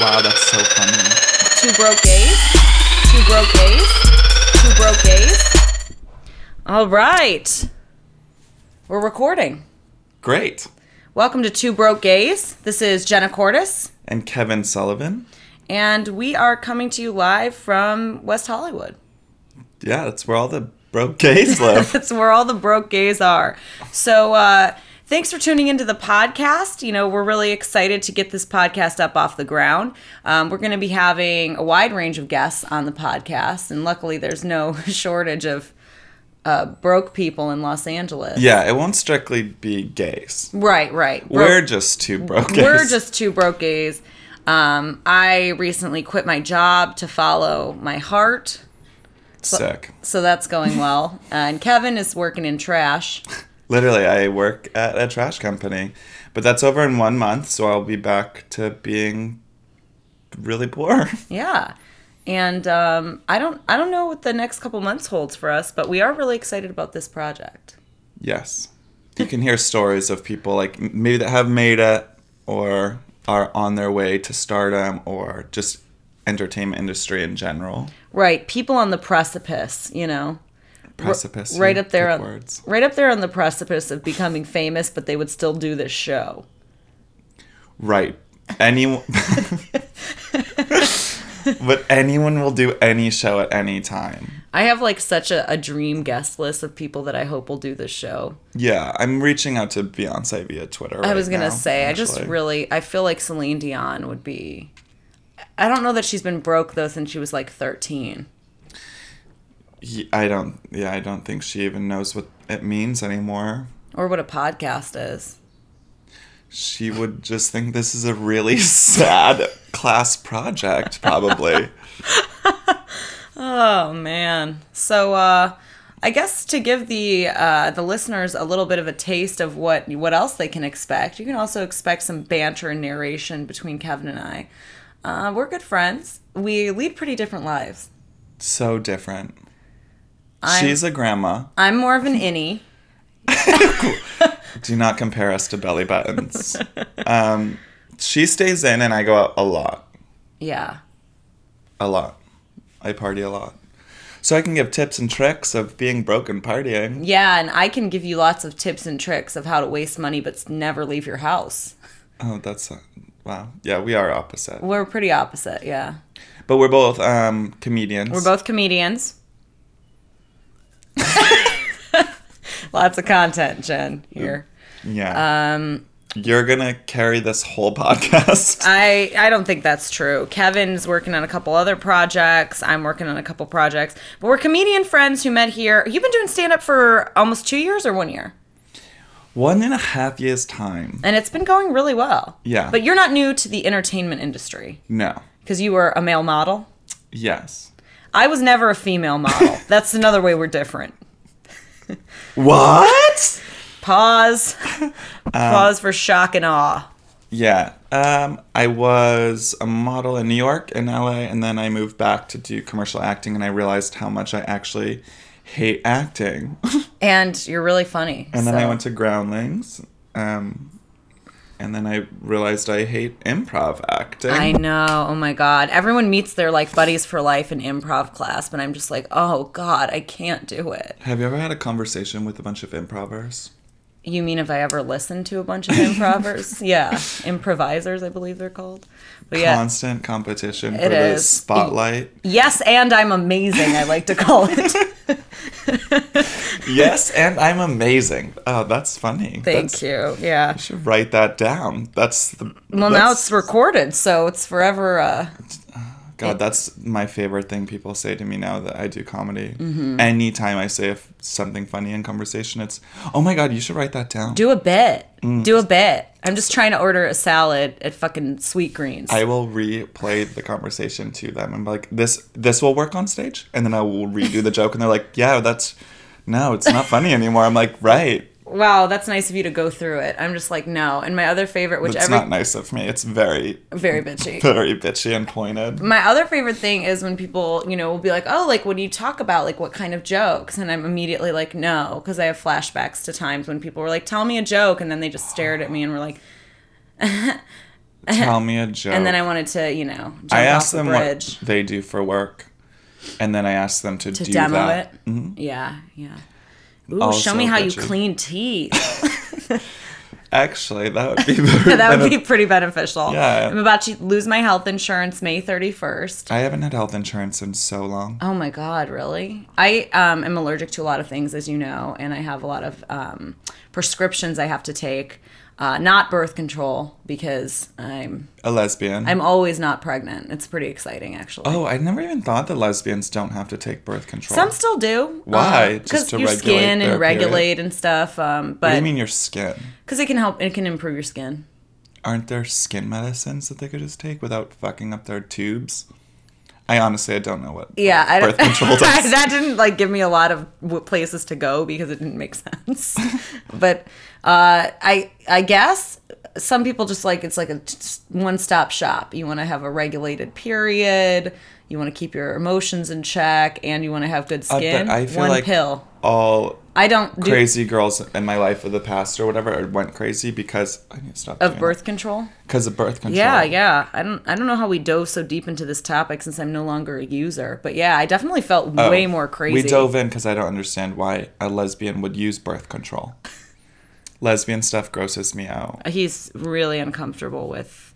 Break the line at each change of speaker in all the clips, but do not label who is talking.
Wow, that's so funny.
Two broke gays. Two broke gays. Two broke gays. All right. We're recording.
Great.
Welcome to Two Broke Gays. This is Jenna Cortis,
And Kevin Sullivan.
and we are coming to you live from West Hollywood.
Yeah, that's where all the broke gays live.
That's where all the broke gays are. So, uh, thanks for tuning into the podcast. You know, we're really excited to get this podcast up off the ground. Um, we're going to be having a wide range of guests on the podcast, and luckily, there's no shortage of uh, broke people in Los Angeles.
yeah, it won't strictly be gays.
Right, right. Bro-
We're just two broke gays.
we're just two broke gays. Um, I recently quit my job to follow my heart.
sick.
So that's going well. and Kevin is working in trash.
Literally, I work at a trash company. But that's over in one month, so I'll be back to being really poor.
Yeah. And um, I don't I don't know what the next couple months holds for us, but we are really excited about this project.
yes. You can hear stories of people like m- maybe that have made it or are on their way to stardom or just entertainment industry in general.
Right, people on the precipice, you know.
precipice.
right up there
Good
on
words.
right up there on the precipice of becoming famous, but they would still do this show.
Right. Anyone. but anyone will do any show at any time.
I have like such a, a dream guest list of people that I hope will do this show.
Yeah, I'm reaching out to Beyonce via Twitter.
I was gonna say, I just really I feel like Celine Dion would be I don't know that she's been broke though since she was like thirteen.
really. I don't. Yeah, I don't think she even knows what it means anymore.
Or what a podcast is.
She would just think this is a really sad class project, probably.
Oh man. So uh I guess to give the uh, the listeners a little bit of a taste of what what else they can expect, you can also expect some banter and narration between Kevin and I. Uh, we're good friends. We lead pretty different lives.
so different.
I'm-
She's a grandma.
I'm more of an innie.
Do not compare us to belly buttons. um, she stays in, and I go out a lot.
Yeah.
a lot. I party a lot. So I can give tips and tricks of being broke and partying.
Yeah, and I can give you lots of tips and tricks of how to waste money but s- never leave your house.
Oh, that's wow. Yeah, we are opposite.
We're pretty opposite, yeah.
But we're both um comedians.
We're both comedians. lots of content, Jen, here.
Yeah. Um you're going to carry this whole podcast.
I I don't think that's true. Kevin's working on a couple other projects. I'm working on a couple projects. But we're comedian friends who met here. You've been doing stand up for almost 2 years or 1 year.
One and a half years time.
And it's been going really well.
Yeah.
But you're not new to the entertainment industry
No.
because you were a male model.
Yes.
I was never a female model. that's another way we're different.
What?
Pause. Pause for shock and awe.
Yeah. Um I was a model in New York and LA and then I moved back to do commercial acting and I realized how much I actually hate acting.
And you're really funny.
And then I went to Groundlings. Um, and then I realized I hate improv acting.
I know. Oh my god. Everyone meets their like buddies for life in improv class, but I'm just like, "Oh god, I can't do it."
Have you ever had a conversation with a bunch of improvers?
You mean if I ever listened to a bunch of improvers? yeah, improvisers, I believe they're called. But yeah,
Constant competition for
It
the
is.
spotlight.
yes, and I'm amazing. I like to call it.
yes, and I'm amazing. Oh, that's funny.
Thank
That's-
you. Yeah.
I should write that down. That's the.
Well, now
that's-
it's recorded, so it's forever. Uh,
God, that's my favorite thing people say to me now that I do comedy.
Mm-hmm.
Anytime I say f- something funny in conversation, it's, oh my God, you should write that down.
do a bit.
Mm.
Do a bit. I'm just trying to order a salad at fucking Sweet Greens.
I will replay the conversation to them and be like, "This this will work on stage," and then I will redo the joke, and they're like, "Yeah, that's no, it's not funny anymore." I'm like, "Right,
wow, that's nice of you to go through it. I'm just like, no. And my other favorite, which
that's
every
not nice of me. It's very
very bitchy.
very bitchy and pointed."
my other favorite thing is when people, you know, will be like, "Oh, like when you talk about like what kind of jokes?" and I'm immediately like, "No," because I have flashbacks to times when people were like, "Tell me a joke," and then they just stared at me and were like,
Tell me a joke.
and then I wanted to, you know, jump
I
off
asked
the
them
bridge
what they do for work, and then I asked them to,
to
do Mm-hmm.
demo
that.
it. Yeah, yeah. Ooh, show
Also
me how you
bitchy.
clean teeth.
Actually, that would be better.
that would
than
be
a-
pretty beneficial.
Yeah.
I'm about to lose my health insurance May 31st.
I haven't had health insurance in so long.
Oh my God, really? I um, am allergic to a lot of things, as you know, and I have a lot of um, prescriptions I have to take. Uh, not birth control because I'm
A lesbian.
I'm always not pregnant. It's pretty exciting, actually.
oh, I never even thought that lesbians don't have to take birth control.
Some still do.
Why? Just
Because
to
your
regulate
skin
their
and
period?
regulate and stuff. Um,
what do
but
you mean your skin?
because it can help, it can improve your skin.
Aren't there skin medicines that they could just take without fucking up their tubes? I honestly, I don't know what
Yeah, I
birth
don't,
control does.
that didn't like give me a lot of w- places to go because it didn't make sense. but uh, I I guess some people just like it's like a one stop shop. You want to have a regulated period. You want to keep your emotions in check, and you want to have good
Uh,
skin.
but I feel
one
like
pill.
all
I don't do
crazy girls in my life of the past or whatever went crazy because I need to stop
of birth control.
because of birth control.
Yeah, yeah. I don't I don't know how we dove so deep into this topic since I'm no longer a user. But yeah, I definitely felt
Oh,
way more crazy.
We dove in because I don't understand why a lesbian would use birth control. Lesbian stuff grosses me out.
He's really uncomfortable with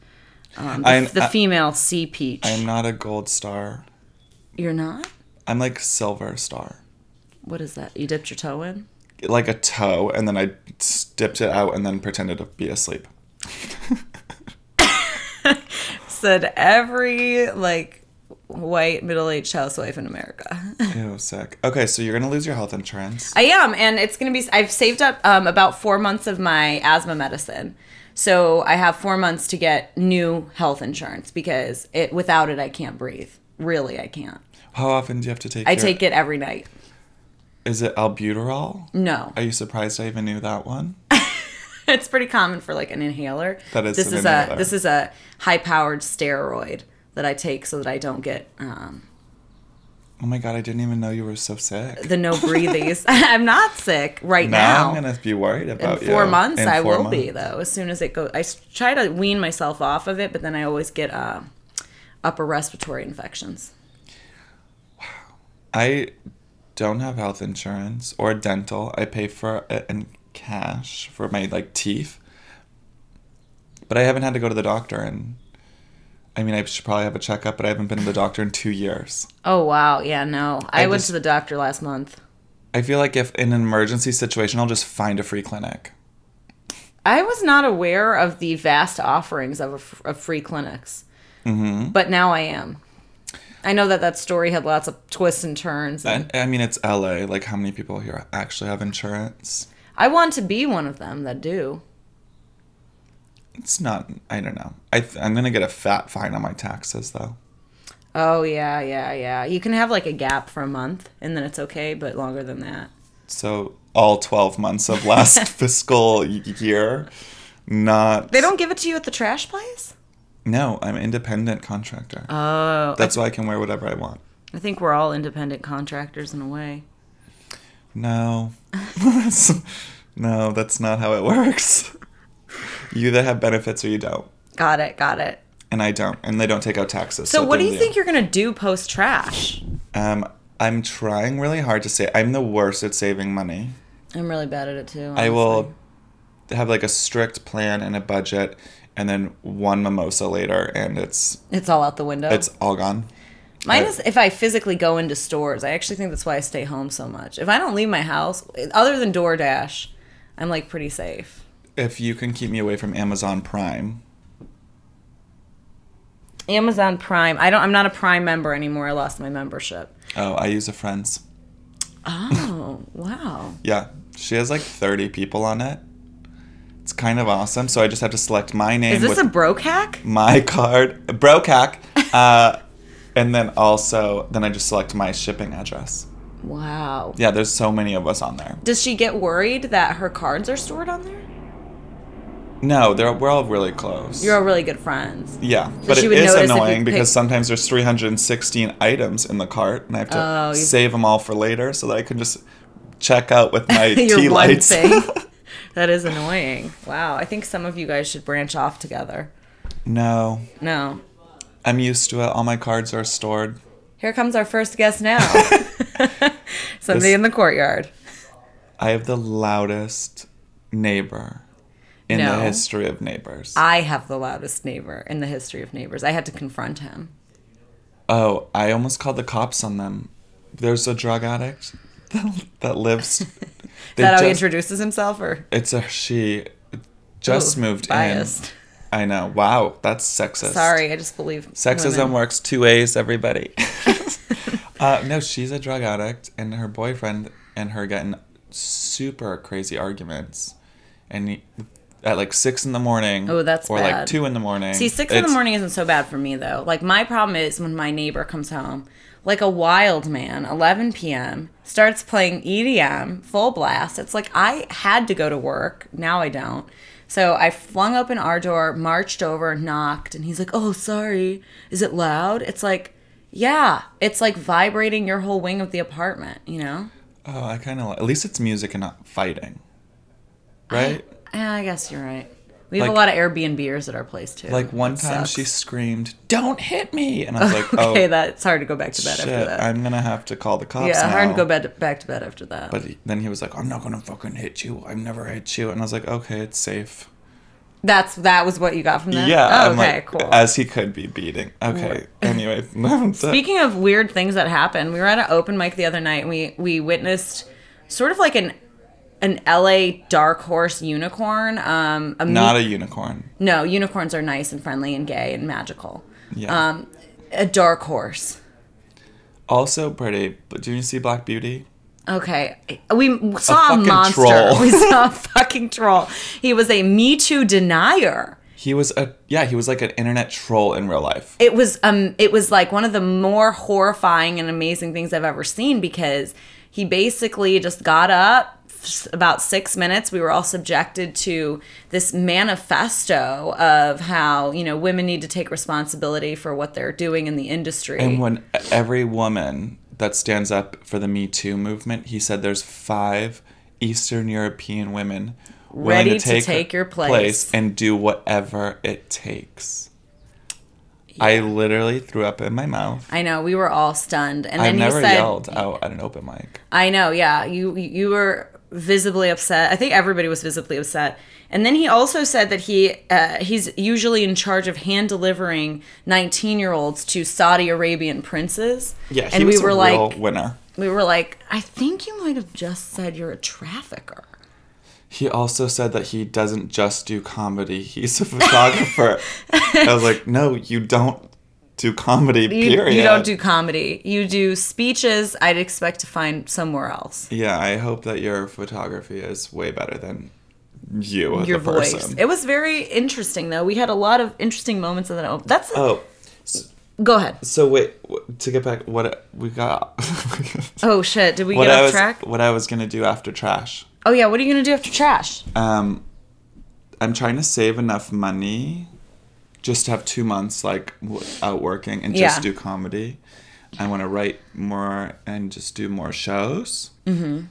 um, the,
I'm-
the
I-
female sea peach.
I'm not a gold star.
You're not?
I'm like silver star,
What is that? You dipped your toe in?
like a toe, and then I s- dipped it out and then pretended to be asleep.
Said every like white middle aged housewife in America.
Ew, sick. Okay, so you're gonna lose your health insurance.
I am, and it's gonna be. I've saved up um, about four months of my asthma medicine, so I have four months to get new health insurance because it without it I can't breathe. Really, I can't.
How often do you have to take?
I take it every night.
Is it albuterol?
No,
Are you surprised I even knew that one?
it's pretty common for like an inhaler.
That is
this
an
is a
inhaler.
this is a high powered steroid that I take so that I don't get um,
Oh my god, I didn't even know you were so sick.
the no breathies. I'm not sick right
Now,
now.
I'm gonna be worried about
in
you.
four months,
In
I
four
will be
months.
though. As soon as it goes, I s- try to wean myself off of it, but then I always get uh, upper respiratory infections.
I don't have health insurance or dental. I pay for it in cash for my like teeth. But I haven't had to go to the doctor and I mean I should probably have a checkup, but I haven't been to the doctor in 2 years.
Oh wow, yeah, no, I,
I
went
just-
to the doctor last month.
I feel like if in an emergency situation I'll just find a free clinic.
I was not aware of the vast offerings of, a f of free clinics, but now I am. I know that that story had lots of twists and turns. And
And I mean it's LA, like how many people here actually have insurance?
I want to be one of them that do.
It's not I don't know. I th- I'm going to get a fat fine on my taxes though.
Oh yeah, yeah, yeah. You can have like a gap for a month, and then it's okay, but longer than that.
So all 12 months of last fiscal y- year not
They don't give it to you at the trash place.
No, I'm an independent contractor.
Oh,
That's why I can wear whatever I want.
I think we're all independent contractors in a way.
No. That's- no, that's not how it works. You either have benefits or you don't.
Got it, got it.
And I don't. And they don't take out taxes.
So, what do
then
you think you're gonna do post trash?
Um, I'm trying really hard to say I'm the worst at saving money.
I'm really bad at it too.
I
honestly.
will have like a strict plan and a budget and then one mimosa later and it's
It's all out the window.
it's all gone.
Mine
I-
is if I physically go into stores. I actually think that's why I stay home so much. If I don't leave my house, other than DoorDash, I'm like pretty safe.
If you can keep me away from Amazon Prime,
Amazon Prime. I don't. I'm not a Prime member anymore. I lost my membership.
oh, I use a friend's.
Oh wow.
Yeah, she has like 30 people on it. It's kind of awesome. So I just have to select my name
Is this
with
a broke hack?
my card, brocac, uh, and then also then I just select my shipping address.
Wow.
Yeah, there's so many of us on there.
Does she get worried that her cards are stored on there?
No, they're, we're all really close.
You're all really good friends.
yeah, but
she
it
would
is
notice if you
annoying
pick-
because sometimes there's 316 items in the cart, and I have to
Oh, you-
save them all for later so that I can just check out with my
Your
tea
one
lights.
thing. that is annoying. Wow. I think some of you guys should branch off together.
No,
No.
I'm used to it. All my cards are stored.
Here comes our first guest now. Somebody
This-
in the courtyard.
I have the loudest neighbor in
No.
the history of neighbors.
I have the loudest neighbor in the history of neighbors. I had to confront him.
oh, I almost called the cops on them. There's a drug addict that lives.
Is that how he
just-
introduces himself or
It's a she. Just
Ooh,
moved
biased.
in. I know. Wow, that's sexist.
Sorry, I just believe
Sexism
women.
works two ways, everybody. uh, no, she's a drug addict, and her boyfriend and her get in super crazy arguments, and he, at like six in the morning.
Oh, that's
or like
bad.
two in the morning.
See, six in the
It's-
morning isn't so bad for me though. Like my problem is when my neighbor comes home, like a wild man, 11 p.m. starts playing EDM full blast. It's like I had to go to work. Now I don't. So I flung open our door, marched over, knocked, and he's like, "Oh, sorry. Is it loud?" It's like, yeah, it's like vibrating your whole wing of the apartment. You know?
Oh, I kind of. At least it's music and not fighting, right?
Yeah, Eh, I guess you're right. We have a
Like-
lot of Airbnbers at our place too.
like one
It
time
sucks.
she screamed, "Don't hit me!" and I was like,
okay,
"Oh
that's hard to go back to bed
shit,
after that.
I'm gonna have to call the cops."
Yeah, hard to
now."
go bed, back to bed after that.
But he- then he was like, "I'm not gonna fucking hit you. I've never hit you," and I was like, "Okay, it's safe."
That's that was what you got from that.
Yeah.
Oh,
I'm
okay.
like, uh,
cool.
As he could be beating. Okay. anyway. Speaking-
Speaking of weird things that happen, we were at an open mic the other night and we we witnessed sort of like an an LA dark horse unicorn. Um, a
not
me-
a unicorn.
no unicorns are nice and friendly and gay and magical.
Yeah.
Um, a dark horse.
also pretty. But did you see Black Beauty?
Okay, we saw a,
fucking
monster.
troll.
We saw a fucking troll. He was a Me Too denier.
He was a yeah. He was like an internet troll in real life.
it was um it was like one of the more horrifying and amazing things I've ever seen because he basically just got up s- about 6 minutes we were all subjected to this manifesto of how you know women need to take responsibility for what they're doing in the industry
And when every woman that stands up for the Me Too movement, he said there's five Eastern European women willing
Ready to take your place.
and do whatever it takes. I literally threw up in my mouth.
I know we were all stunned and
I've
then you
never
said
yelled out at an open mic.
I know, yeah. You you were visibly upset. I think everybody was visibly upset. And then he also said that he uh, he's usually in charge of hand delivering 19-year-olds to Saudi Arabian princes.
Yeah, he
and
was
we were
a
like
real winner.
we were like I think you might have just said you're a trafficker.
He also said that he doesn't just do comedy, he's a photographer. I was like, no, you don't do comedy,
You,
period.
you don't do comedy. You do speeches. I'd expect to find somewhere else.
Yeah, I hope that your photography is way better than you as
Your
a
voice.
person.
It was very interesting though. We had a lot of interesting moments in that. op- That's
oh, s-
go ahead.
so wait, w- to get back, what we got.
Oh shit, did we
What
get
I
off
was
track?
what I was gonna do after trash.
Oh yeah, what are you gonna do after trash?
Um, I'm trying to save enough money, just to have two months like w- out working and just
Yeah.
do comedy. I want to write more and just do more shows. Mm-hmm.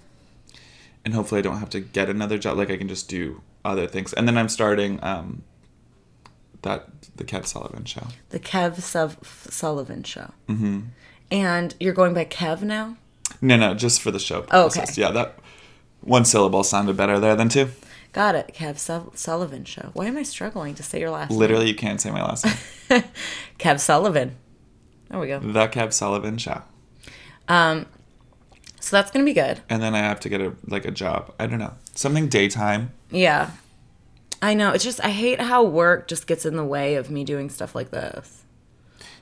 And hopefully, I don't have to get another job. Like I can just do other things. And then I'm starting um, that the Kev Sullivan show.
The Kev Suv- Sullivan Show. Mm-hmm. And you're going by Kev now.
No, no, just for the show.
Oh, okay.
purposes. Yeah, that one syllable sounded better there than two.
Got it. Kev Su- Sullivan Show. Why am I struggling to say your last? name?
Literally, you can't say my last name.
Kev Sullivan. There we go.
the Kev Sullivan show.
So that's gonna be good.
and then I have to get a like a job. I don't know something daytime.
Yeah. I know. It's just I hate how work just gets in the way of me doing stuff like this.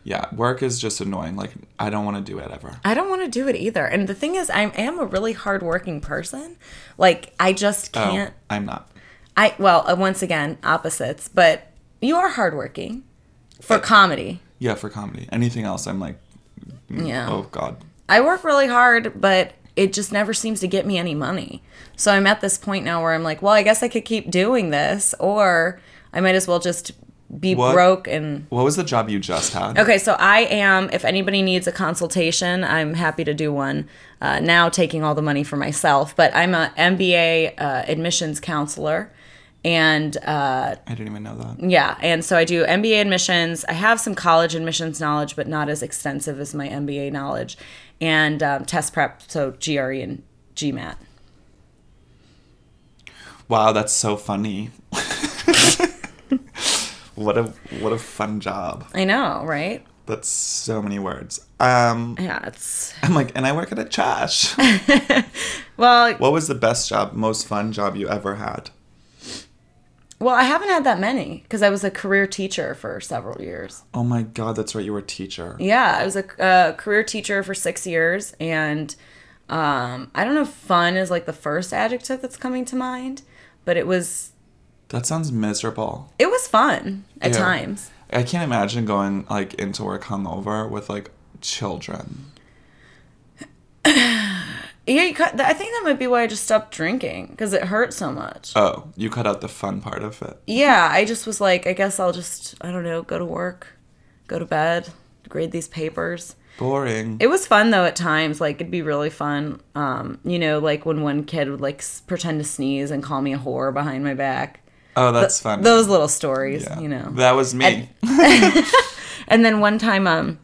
Yeah, work is just annoying. Like I don't want to do it ever.
I don't want to do it either. And the thing is, I am a really hardworking person. Like I just
Oh,
can't.
I'm not.
I well, uh, once again, opposites. But you are hardworking for comedy.
Yeah, for comedy. Anything else, I'm like, mm,
Yeah.
oh god.
I work really hard, but it just never seems to get me any money. So I'm at this point now where I'm like, well, I guess I could keep doing this, or I might as well just be
What?
broke and.
What was the job you just had?
Okay, so I am, if anybody needs a consultation, I'm happy to do one uh, now, taking all the money for myself. But I'm a MBA uh, admissions counselor and uh,
I didn't even know that.
yeah, and so I do MBA admissions. I have some college admissions knowledge, but not as extensive as my MBA knowledge, and um, test prep, so GRE and GMAT.
Wow, that's so funny. what a what a fun job.
I know, right?
That's so many words. Um,
Yeah, it's
I'm like, and I work at a trash.
well,
what was the best job, most fun job you ever had?
well, I haven't had that many because I was a career teacher for several years.
Oh my god, that's right, you were a teacher.
Yeah, I was a uh, career teacher for six years, and um, I don't know if fun is like the first adjective that's coming to mind, but it was
That sounds miserable.
it was fun at
Yeah.
times.
I can't imagine going like into work hungover with like children.
Yeah, you cut, I think that might be why I just stopped drinking because it hurt so much.
Oh, you cut out the fun part of it.
yeah, I just was like, I guess I'll just I don't know, go to work, go to bed, grade these papers.
Boring.
It was fun though at times. Like it'd be really fun. Um, you know, like when one kid would like s- pretend to sneeze and call me a whore behind my back.
oh, that's fun.
Those little stories,
Yeah.
you know.
That was me.
And then one time, um,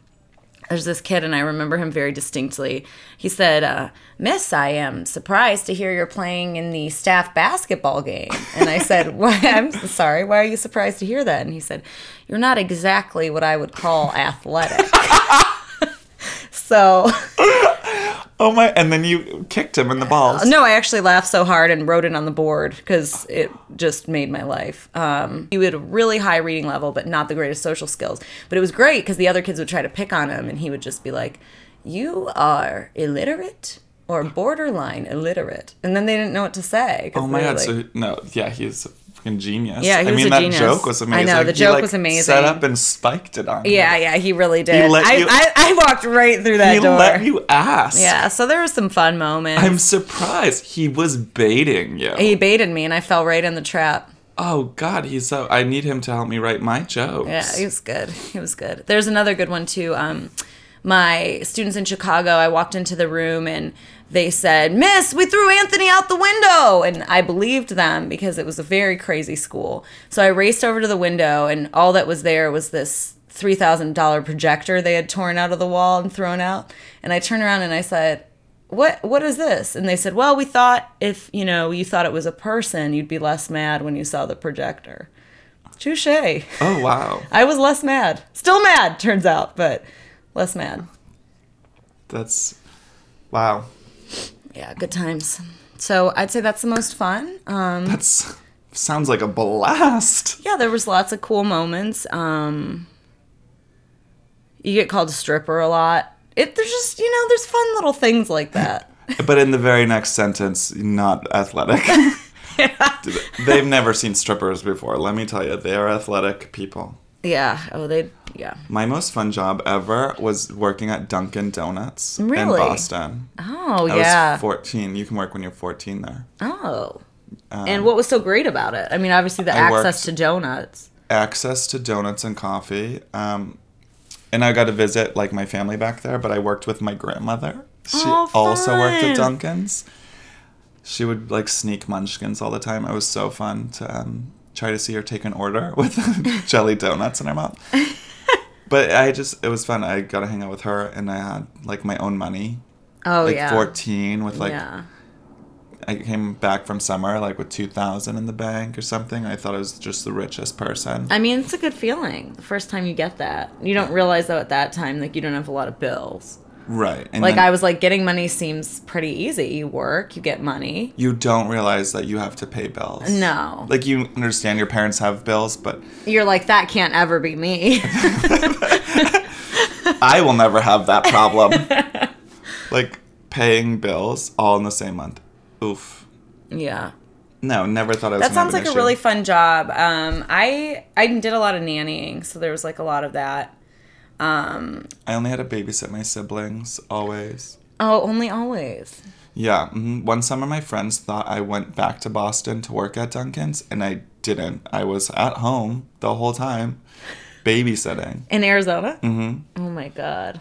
there's this kid, and I remember him very distinctly. He said, uh, "Miss, I am surprised to hear you're playing in the staff basketball game." And I said, "Why? I'm sorry. Why are you surprised to hear that?" And he said, "You're not exactly what I would call athletic." so,
oh my and then you kicked him in the balls.
no, I actually laughed so hard and wrote it on the board because it just made my life. Um, he had a really high reading level, but not the greatest social skills. But it was great because the other kids would try to pick on him, and he would just be like, "You are illiterate." Or borderline illiterate, and then they didn't know what to say. 'cause
oh my
they were
god,
like-
so no, yeah, he's a fucking genius.
Yeah, he
I
was
mean
a
that
genius.
joke was
I
amazing.
know,
Like,
the
he,
joke
like,
was amazing.
Set up and spiked it on. you.
yeah, yeah, he really did.
let
I,
you-
I, I walked right through that
He
door.
let you ask.
yeah, so there was some fun moments.
I'm surprised he was baiting you.
he baited me, and I fell right in the trap.
oh God, he's so. I need him to help me write my jokes.
Yeah, it was good. It was good. There's another good one too. Um, my students in Chicago, I walked into the room and they said, Miss, we threw Anthony out the window. And I believed them because it was a very crazy school. So I raced over to the window, and all that was there was this $3,000 projector they had torn out of the wall and thrown out. And I turned around and I said, what what is this and they said well we thought if you know you thought it was a person you'd be less mad when you saw the projector touche
Oh wow,
I was less mad. Still mad, turns out, but less mad.
that's wow.
Yeah, good times. So I'd say that's the most fun. Um,
That's sounds like a blast.
yeah, there was lots of cool moments. Um, you get called a stripper a lot. It there's just you know there's fun little things like that.
But in the very next sentence, not athletic. They've never seen strippers before. Let me tell you, they are athletic people.
yeah. Oh, they. Yeah.
My most fun job ever was working at Dunkin' Donuts in
Really?
Boston.
Oh,
I
yeah.
was 14. You can work when you're 14 there.
oh. and what was so great about it? I mean, obviously the
Um, I
access
worked-
to donuts.
access to donuts and coffee. Um, and I got to visit like my family back there, but I worked with my grandmother. She
Oh,
also worked
fun.
at Duncan's. She would like sneak munchkins all the time. It was so fun to um, try to see her take an order with jelly donuts in her mouth. But I just, it was fun. I got to hang out with her and I had like my own money.
Oh
like
yeah.
14 with like,
yeah.
I came back from summer like with 2000 in the bank or something. I thought I was just the richest person.
I mean, it's a good feeling the first time you get that. You don't realize though at that time, like you don't have a lot of bills.
right. And
Like
then-
I was like, getting money seems pretty easy. You work, you get money.
you don't realize that you have to pay bills.
No,
Like you understand your parents have bills, but
you're like that can't ever be me.
I will never have that problem. like paying bills all in the same month. Oof.
yeah,
No, never thought I was.
that
gonna have
sounds
an
like a
issue.
really fun job. Um, I I did a lot of nannying, so there was like a lot of that. Um,
I only had to babysit my siblings always.
oh, only always.
Yeah. mhm. One summer, my friends thought I went back to Boston to work at Duncan's, and I didn't. I was at home the whole time, babysitting.
In Arizona?
Mhm.
Oh my God.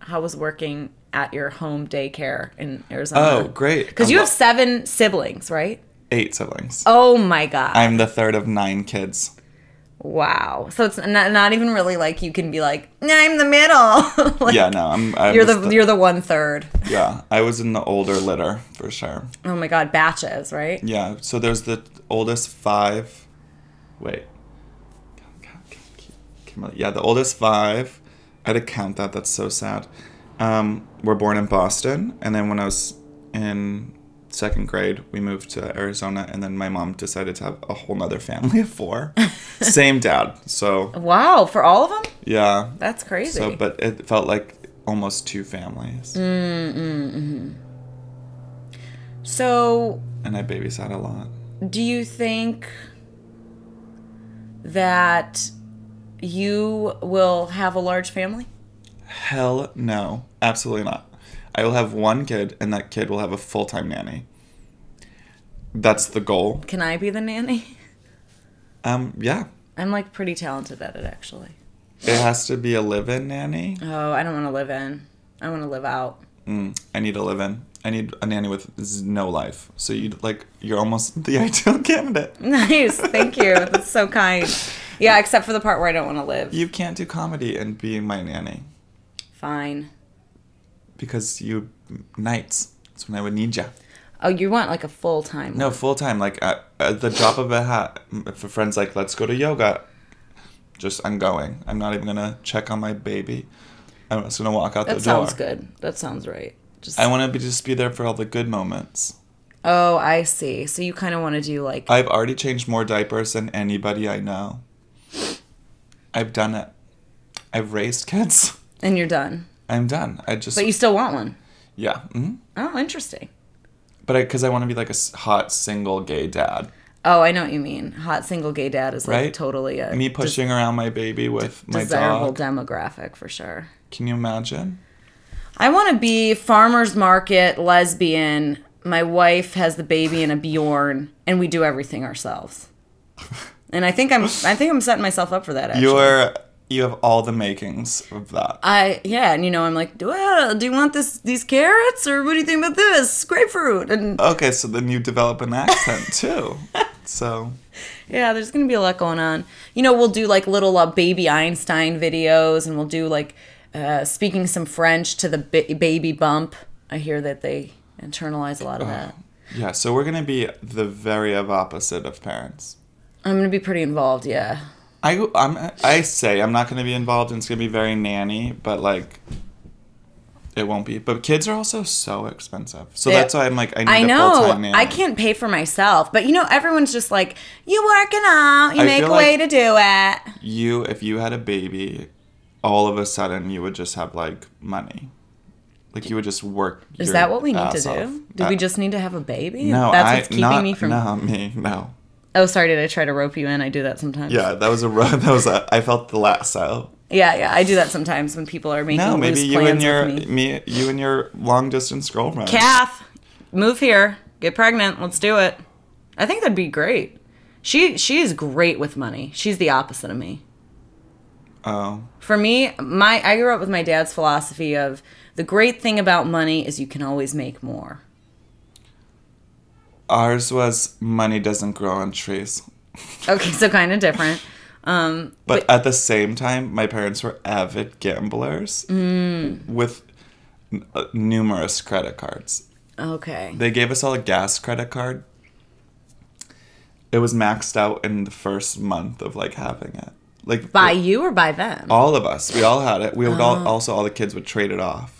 How was working at your home daycare in Arizona?
Oh, great.
Because
I'm
you
lo-
have seven siblings, right?
eight siblings.
Oh my god.
I'm the third of nine kids.
wow. So it's not, not even really like you can be like, "Nah, I'm the middle. like,
Yeah, no, I'm. I
You're
was
the you're the one third.
yeah. I was in the older litter for sure.
Oh my god, batches, right?
Yeah. So there's the oldest five. Wait. Camilla- Yeah, the oldest five. I had to count that. That's so sad. Um, were born in Boston, and then when I was in second grade, we moved to Arizona, and then my mom decided to have a whole nother family of four. Same dad. So
Wow, for all of them?
yeah.
That's crazy.
So, but it felt like almost two families,
Mm. so
and I babysat a lot.
do you think that you will have a large family?
Hell no. Absolutely not. I will have one kid, and that kid will have a full time nanny. That's the goal.
Can I be the nanny?
Um, yeah.
I'm like pretty talented at it actually.
It has to be a live in nanny.
Oh, I don't want to live in. I want to live out.
Mm, I need a live in. I need a nanny with z- no life. So you like you're almost the ideal candidate.
Nice. Thank you. That's so kind. Yeah, except for the part where I don't want to live.
You can't do comedy and be my nanny
Fine.
because you nights. That's when I would need you.
Oh, you want like a full time?
No, full time. Like at, at the drop of a hat. For friends, like let's go to yoga. Just I'm going. I'm not even gonna check on my baby. I'm just gonna walk out
That
the door.
sounds good. That sounds right. Just
I want to be just be there for all the good moments.
oh, I see. So you kind of want to do like
I've already changed more diapers than anybody I know. I've done it. I've raised kids.
and you're done,
I'm done. I just
but you still want one.
yeah. hmm
Oh, interesting.
But I because I want to be like a s- hot single gay dad.
Oh, I know what you mean. Hot single gay dad is like
Right?
totally a
Me
des-
pushing around my baby with my
desirable
dog.
demographic for sure.
Can you imagine?
I want to be farmers market lesbian. My wife has the baby in a Bjorn, and we do everything ourselves. And I think I'm I think I'm setting myself up for that. Actually.
You're you have all the makings of that.
I yeah, and you know I'm like, well, do you want this these carrots or what do you think about this grapefruit? And
Okay, so then you develop an accent too. So
yeah, there's gonna be a lot going on. You know, we'll do like little uh, baby Einstein videos, and we'll do like uh, speaking some French to the ba- baby bump. I hear that they internalize a lot of that.
yeah, so we're gonna be the very of opposite of parents.
I'm gonna be pretty involved. Yeah,
I I'm, I say I'm not going to be involved and it's going to be very nanny, but like it won't be. But kids are also so expensive. So
They-
that's why I'm like I need
I
a
know.
full-time nanny.
I can't pay for myself, but you know, everyone's just like, you working out, you
I
make a
feel
way
like-
to do it.
You if you had a baby, all of a sudden you would just have like money. Like you would just work.
Is that what we need to do? Do we just need to have a baby?
Uh, No,
that's
I,
what's keeping
not,
me from.
No, me. No.
Oh, sorry. Did I try to rope you in? I do that sometimes.
Yeah, that was a ru- that was a I felt the lasso.
yeah, yeah. I do that sometimes when people are making
No,
loose
maybe you
plans
and your
with me.
me you and your long distance girlfriend.
Kath, move here. Get pregnant. Let's do it. I think that'd be great. She she is great with money. She's the opposite of me.
Oh.
For me, my I grew up with my dad's philosophy of the great thing about money is you can always make more.
Ours was money doesn't grow on trees.
Okay, so kind of different. Um,
But at the same time, my parents were avid gamblers with n- uh, numerous credit cards.
okay.
They gave us all a gas credit card. It was maxed out in the first month of like having it. Like
By
the-
you or by them?
all of us, we all had it. We would all also all the kids would trade it off.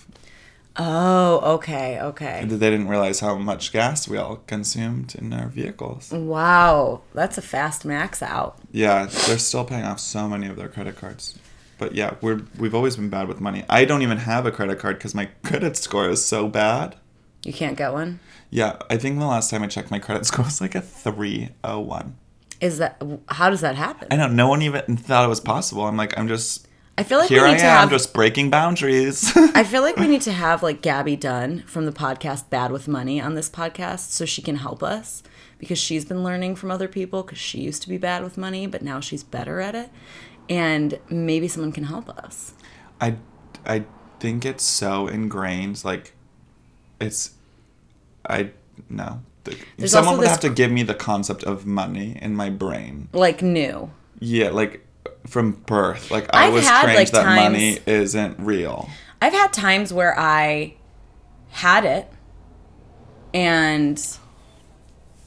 Oh, okay, okay.
They didn't realize how much gas we all consumed in our vehicles.
Wow, that's a fast max out.
Yeah, they're still paying off so many of their credit cards. But yeah, we're we've always been bad with money. I don't even have a credit card because my credit score is so bad.
You can't get one.
Yeah, I think the last time I checked my credit score was like a three oh one.
Is that how does that happen?
I know no one even thought it was possible. I'm like, I'm just
I feel like
here
we
I am,
need to have.
just breaking boundaries.
I feel like we need to have like Gabby Dunn from the podcast Bad with Money on this podcast so she can help us because she's been learning from other people because she used to be bad with money but now she's better at it and maybe someone can help us.
I I think it's so ingrained. Like, it's I no. The,
There's
someone
also
would
this-
have to give me the concept of money in my brain.
like new.
Yeah, like from birth. Like I
I've
was
had,
trained
like,
that
times-
money isn't real.
I've had times where I had it and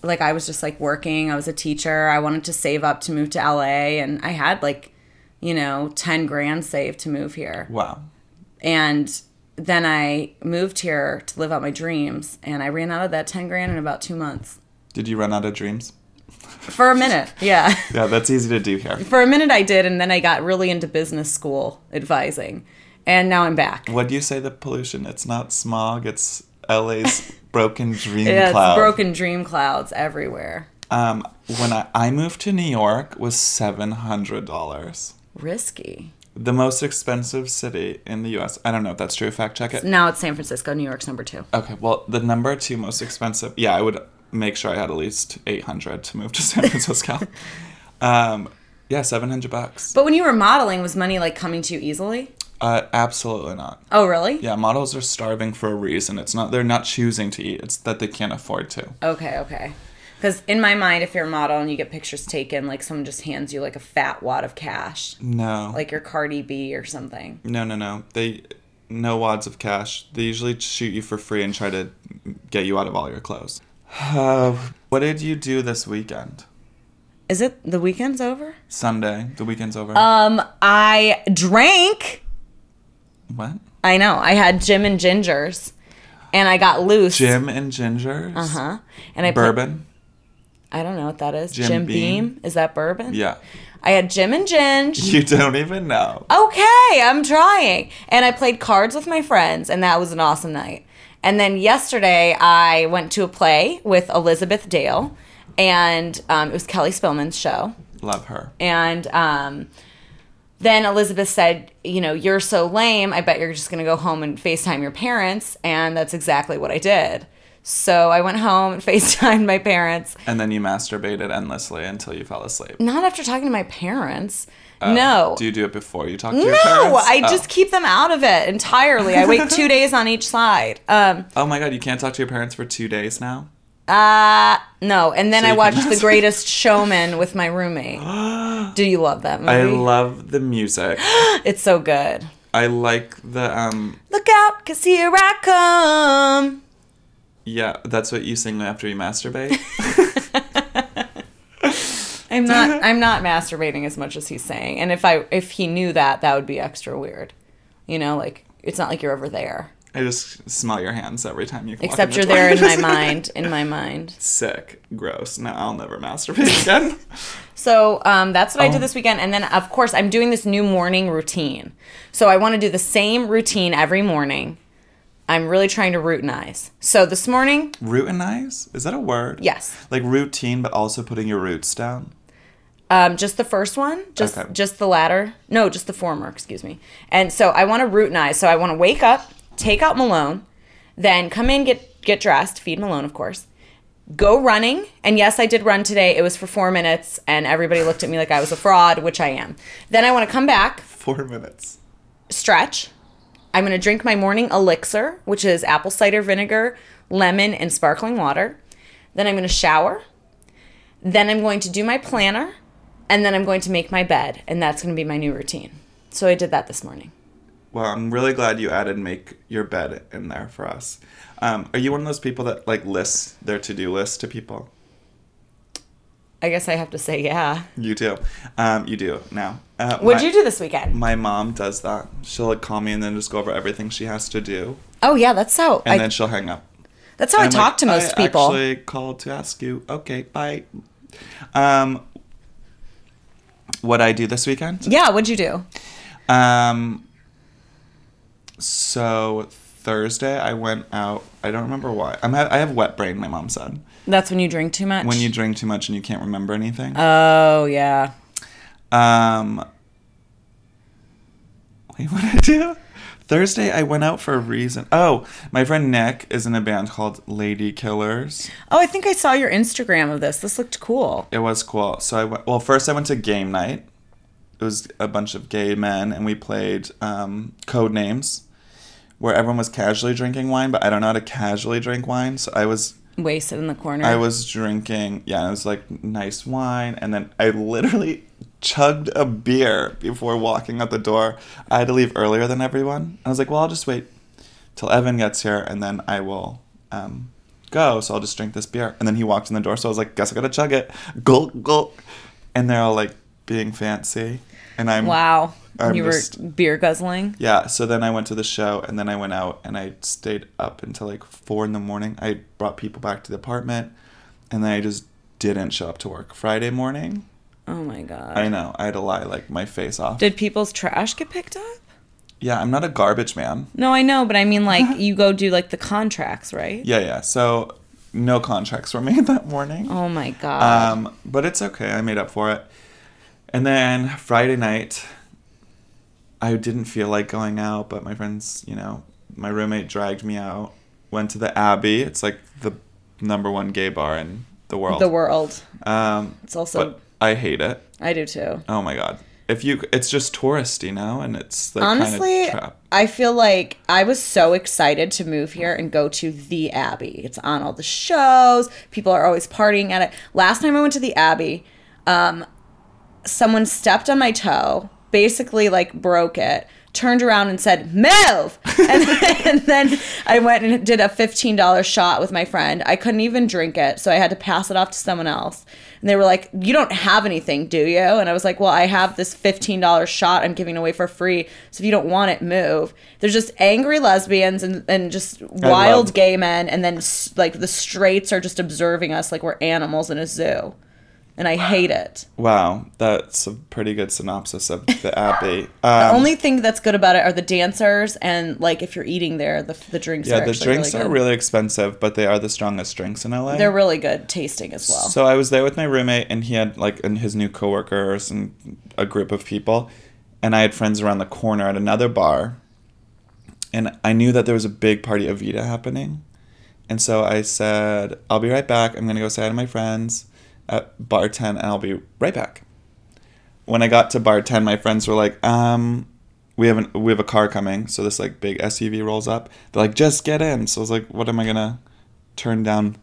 like I was just like working, I was a teacher, I wanted to save up to move to LA and I had like, you know, 10 grand saved to move here.
Wow.
And then I moved here to live out my dreams and I ran out of that 10 grand in about 2 months.
Did you run out of dreams?
For a minute. Yeah.
Yeah, that's easy to do here.
For a minute I did and then I got really into business school advising. And now I'm back.
What do you say the pollution? It's not smog, it's LA's broken dream
Yeah,
cloud.
it's broken dream clouds everywhere.
Um, when I, I moved to New York was seven hundred dollars,
Risky.
the most expensive city in the U.S. I don't know if that's true. Fact check it.
Now it's San Francisco. New York's number two.
Okay, well, the number two most expensive. Yeah, I would make sure I had at least eight hundred to move to San Francisco. um, yeah, seven hundred bucks.
But when you were modeling, was money like coming to you easily?
Uh, absolutely not.
Oh, really?
Yeah, models are starving for a reason. It's not they're not choosing to eat. It's that they can't afford to.
Okay, okay. Because in my mind, if you're a model and you get pictures taken, like someone just hands you like a fat wad of cash,
No.
like your Cardi B or something.
No, no, no. They no wads of cash. They usually shoot you for free and try to get you out of all your clothes. Uh, what did you do this weekend?
Is it the weekend's over?
Sunday. The weekend's over.
Um, I drank.
what?
I know. I had Jim and Gingers, and I got loose.
Jim and Gingers. Uh
Huh? And I put-
Bourbon.
I don't know what that is.
Jim
Jim,
Beam?
Beam. Is that bourbon?
Yeah.
I had Jim and Ging.
You don't even know.
okay, I'm trying. And I played cards with my friends, and that was an awesome night. And then yesterday, I went to a play with Elizabeth Dale, and um, it was Kelly Spillman's show.
Love her.
And um, then Elizabeth said, You know, you're so lame. I bet you're just going to go home and FaceTime your parents. And that's exactly what I did. So I went home and FaceTimed my parents.
And then you masturbated endlessly until you fell asleep. Uh,
Not after talking to my parents. no.
Oh, Do you do it before you talk to your
No,
parents?
I
Oh.
just keep them out of it entirely. I wait two days on each side. Um,
Oh my god, you can't talk to your parents for two days now.
uh, no, and then
So
I
you
watched
can-
The Greatest Showman with my roommate. Do you love that movie?
I love the music.
it's so good.
I like the um.
Look out, cause here I come.
Yeah, that's what you sing after you masturbate.
I'm not. I'm not masturbating as much as he's saying. And if I, if he knew that, that would be extra weird. You know, like it's not like you're ever there.
I just smell your hands every time you. walk in
Except
the
you're there in my
toilet.
mind. In my mind.
Sick, gross. No, I'll never masturbate again.
So um, that's what I
Oh.
did this weekend. And then, of course, I'm doing this new morning routine. So I want to do the same routine every morning. I'm really trying to routinize. So this morning,
Routinize? Is that a word?
yes,
Like routine, but also putting your roots down.
um, just the first one, just
Okay.
just the latter. No, just the former, excuse me. And so I want to routinize. So I want to wake up, take out Malone, then come in, get get dressed, feed Malone, of course. Go running, and yes, I did run today. It was for four minutes, and everybody looked at me like I was a fraud, which I am. Then I want to come back,
Four minutes.
stretch. I'm going to drink my morning elixir, which is apple cider vinegar, lemon, and sparkling water. Then I'm going to shower. Then I'm going to do my planner. And then I'm going to make my bed. And that's going to be my new routine. So I did that this morning.
Well, I'm really glad you added make your bed in there for us. Um, are you one of those people that like lists their to do list to people?
I guess I have to say, yeah.
You do. Um, you do now. Uh,
What'd
my-
you do this weekend?
My mom does that. She'll like, call me and then just go over everything she has to do,
oh, yeah, that's how
and
I,
then she'll hang up.
that's how I
I'm
talk
like,
to most
I
people.
Actually, called to ask you. Okay, bye. Um, what I do this weekend?
yeah, what'd you do?
Um, so Thursday I went out. I don't remember why. I'm ha- I have wet brain. My mom said
That's when you drink too much.
when you drink too much and you can't remember anything.
Oh, yeah.
Um, wait, what did I do? Thursday, I went out for a reason. Oh, my friend Nick is in a band called Lady Killers.
Oh, I think I saw your Instagram of this. This looked cool.
It was cool. So I went. Well, first I went to game night. It was a bunch of gay men, and we played um, Code Names, where everyone was casually drinking wine, but I don't know how to casually drink wine, so I was
wasted in the corner.
I was drinking, yeah, it was like nice wine, and then I literally chugged a beer before walking out the door. I had to leave earlier than everyone. I was like, well, I'll just wait till Evan gets here, and then I will um, go. So I'll just drink this beer. And then he walked in the door, so I was like, guess I gotta chug it. Gulp, gulp. And they're all like being fancy, and I'm
wow.
I'm
you were
just-
beer guzzling.
yeah, so then I went to the show and then I went out and I stayed up until like four in the morning. I brought people back to the apartment and then I just didn't show up to work. Friday morning,
Oh my god.
I know, I had to lie like my face off.
Did people's trash get picked up?
yeah, I'm not a garbage man.
No, I know, but I mean like you go do like the contracts, right?
Yeah, yeah. So no contracts were made that morning.
Oh my god.
Um, but it's okay. I made up for it. And then Friday night, I didn't feel like going out, but my friends, you know, my roommate dragged me out. Went to the Abbey. It's like the number one gay bar in the world.
the world.
Um,
It's also
but I hate it.
I do too.
Oh my god. If you, it's just touristy now, and it's like
Honestly,
kind of trap.
I feel like I was so excited to move here and go to the Abbey. It's on all the shows. People are always partying at it. Last time I went to the Abbey, um, someone stepped on my toe, basically like broke it, turned around and said, Move! And, and then I went and did a $15 shot with my friend. I couldn't even drink it, so I had to pass it off to someone else. And they were like, You don't have anything, do you? And I was like, Well, I have this $15 shot I'm giving away for free. So if you don't want it, move. They're just angry lesbians and, and just wild
love-
gay men. And then s- like the straights are just observing us like we're animals in a zoo. And I hate it.
Wow, that's a pretty good synopsis of the Abbey. Um,
The only thing that's good about it are the dancers and like if you're eating there, the, the drinks.
yeah,
are
the
actually
drinks
really
are
good.
really expensive, but they are the strongest drinks in LA.
They're really good tasting as well.
So I was there with my roommate, and he had like and his new coworkers and a group of people, and I had friends around the corner at another bar, and I knew that there was a big party of Vita happening, and so I said, "I'll be right back. I'm gonna go say hi to my friends at bar ten, and I'll be right back." When I got to bar ten, my friends were like, "Um." We have, an, we have a car coming, so this like big SUV rolls up. They're like, just get in. So I was like, what am I gonna turn down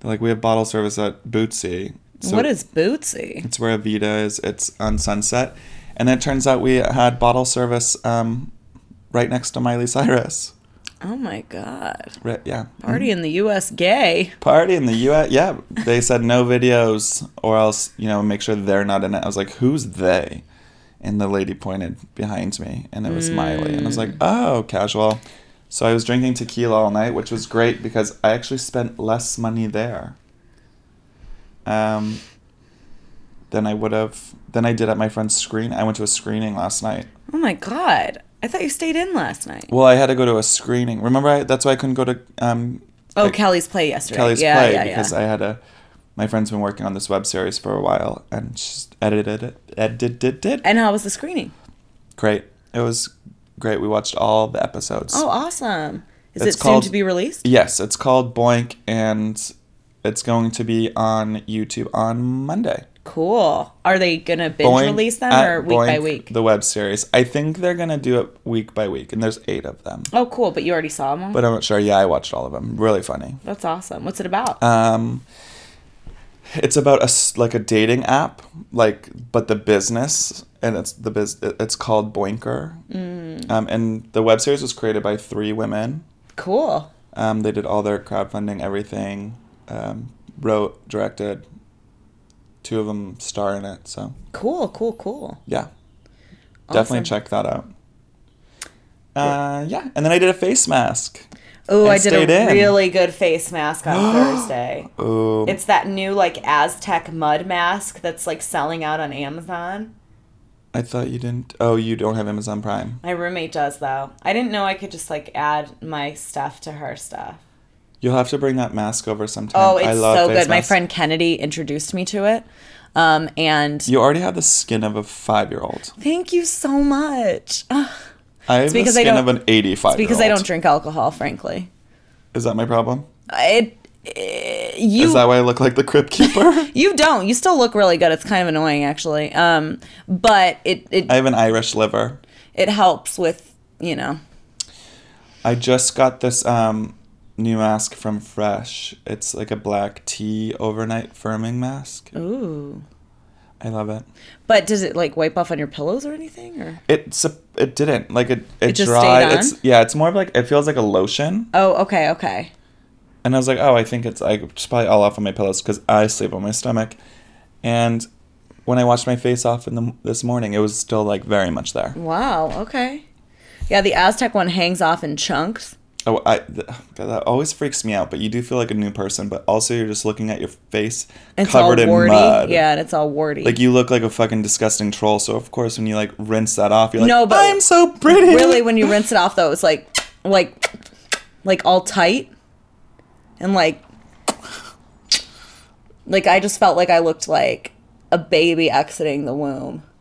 they're like, we have bottle service at Bootsy. So
what is Bootsy?
It's where Avita is. It's on Sunset. And then it turns out we had bottle service um, right next to Miley Cyrus.
Oh my god.
Right, yeah.
Party in the US gay.
Party in the U.S. Yeah. They said no videos or else, you know, make sure they're not in it. I was like, who's they? And the lady pointed behind me and it was Miley. And I was like, oh, casual. So I was drinking tequila all night, which was great because I actually spent less money there. um, than I would have than I did at my friend's screen. I went to a screening last night.
Oh my god. I thought you stayed in last night.
Well, I had to go to a screening. Remember, I, that's why I couldn't go to um,
Oh,
like,
Kelly's play yesterday.
Kelly's
yeah,
play
yeah,
because
yeah.
I had a. My friend's been working on this web series for a while, and she's edited it, edited it.
and how was the screening?
Great, it was great. We watched all the episodes.
Oh, awesome. Is
It's
it
called-
soon to be released?
Yes, it's called Boink, and it's going to be on YouTube on Monday.
Cool. Are they gonna binge
Boink
release them
at
or week by
Boink,
week?
The web series. I think they're gonna do it week by week, and there's eight of them.
oh, cool. But you already saw them. all?
But I'm not sure. Yeah, I watched all of them. Really funny.
That's awesome. What's it about?
Um, it's about a s- like a dating app, like but the business, and it's the biz. It's called Boinker. Mm. Um, and the web series was created by three women.
cool.
Um, they did all their crowdfunding, everything. Um, wrote, directed. Two of them star in it, so
Cool. Cool. Cool.
yeah.
Awesome.
Definitely check that out. Uh, yeah, and then I did a face mask.
Oh,
I
I did
stayed
a
in.
really good face mask on Thursday.
Oh,
It's that new like Aztec mud mask that's like selling out on Amazon.
I thought you didn't. Oh, you don't have Amazon Prime.
My roommate does though. I didn't know I could just like add my stuff to her stuff.
You'll have to bring that mask over sometime.
Oh, it's
I love
so
face
good. My
masks.
friend Kennedy introduced me to it. Um, and
You already have the skin of a five-year-old.
thank you so much. Ugh,
I have the
because I
skin of
don't-
an eighty-five.
because I don't drink alcohol, frankly.
Is that my problem?
It, it you
Is that why I look like the crypt keeper?
you don't. You still look really good. It's kind of annoying actually. Um, but it it
I have an Irish liver.
it helps with you know
I just got this um, new mask from Fresh. It's like a black tea overnight firming mask.
Ooh.
I love it.
But does it like wipe off on your pillows or anything? Or
It's a, it didn't like it. It,
It just
dried.
stayed
It's yeah. It's more of like it feels like a lotion.
oh, okay, okay.
And I was like, oh, I think it's I it's probably all off on my pillows because I sleep on my stomach. And when I washed my face off in the this morning, it was still like very much there.
Wow. Okay. Yeah, the Aztec one hangs off in chunks.
Oh, I th- God, that always freaks me out. But you do feel like a new person. But also, you're just looking at your face
It's
covered
all
in
warty.
mud.
Yeah, and it's all warty.
Like you look like a fucking disgusting troll. So of course, when you like rinse that off, you're like,
No, but
I'm so pretty.
really when you rinse it off though it's like like like all tight and like like i just felt like i looked like a baby exiting the womb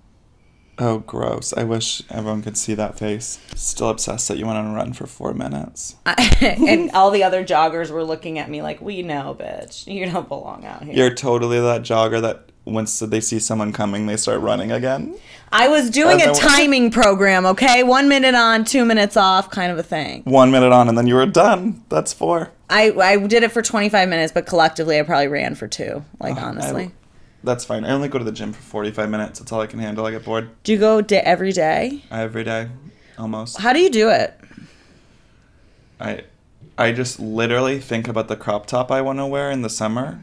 Oh, gross. I wish everyone could see that face. Still obsessed that you went on a run for four minutes.
and all the other joggers were looking at me like we know bitch you don't belong out here
You're totally that jogger that once they see someone coming, they start running again.
i was doing
I
a
know-
timing program okay one minute on two minutes off kind of a thing
One minute on, and then you were done. That's four.
i i did it for 25 minutes but collectively i probably ran for two like honestly
Ah, I- that's fine. I only go to the gym for 45 minutes. That's all I can handle. I get bored
do you go da- every day
every day, almost.
how do you do it
I, I just literally think about the crop top I want to wear in the summer.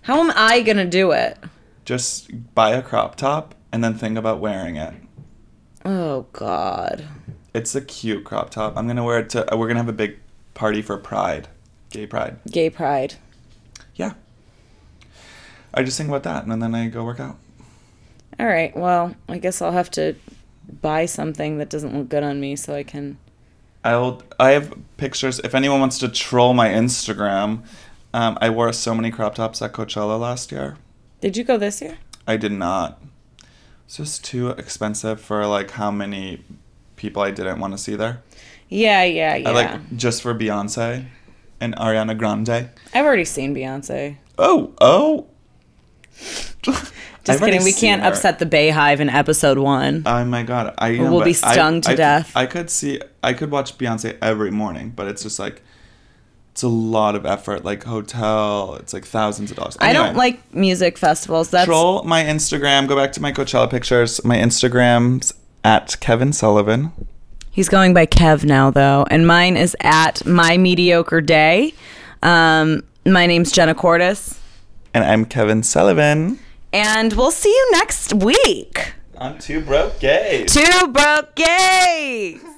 How am I gonna do it?
Just buy a crop top and then think about wearing it.
Oh God.
It's a cute crop top. I'm gonna wear it to. uh, We're gonna have a big party for Pride, gay Pride.
Gay pride.
Yeah. I just think about that, and then I go work out.
All right. Well, I guess I'll have to buy something that doesn't look good on me so I can.
I'll. I have pictures. If anyone wants to troll my Instagram, um, I wore so many crop tops at Coachella last year.
Did you go this year?
I did not. It's just too expensive for like how many people I didn't want to see there.
Yeah, yeah, yeah.
I like just for Beyonce and Ariana Grande.
I've already seen Beyonce.
Oh, oh.
Just kidding. We can't upset the Bay Hive in episode one.
Oh my god! I know,
we'll
but
be stung
I-
to
I-
death.
I could see. I could watch Beyonce every morning, but it's just like, it's a lot of effort. Like hotel, it's like thousands of dollars.
I don't
Anyway,
like music festivals. That's
troll my Instagram. Go back to my Coachella pictures. My Instagram's at Kevin Sullivan.
He's going by Kev now, though, and mine is at my mediocre day. Um, my name's Jenna Cortis,
And I'm Kevin Sullivan.
and we'll see you next week.
I'm too broke gay.
Two broke gays.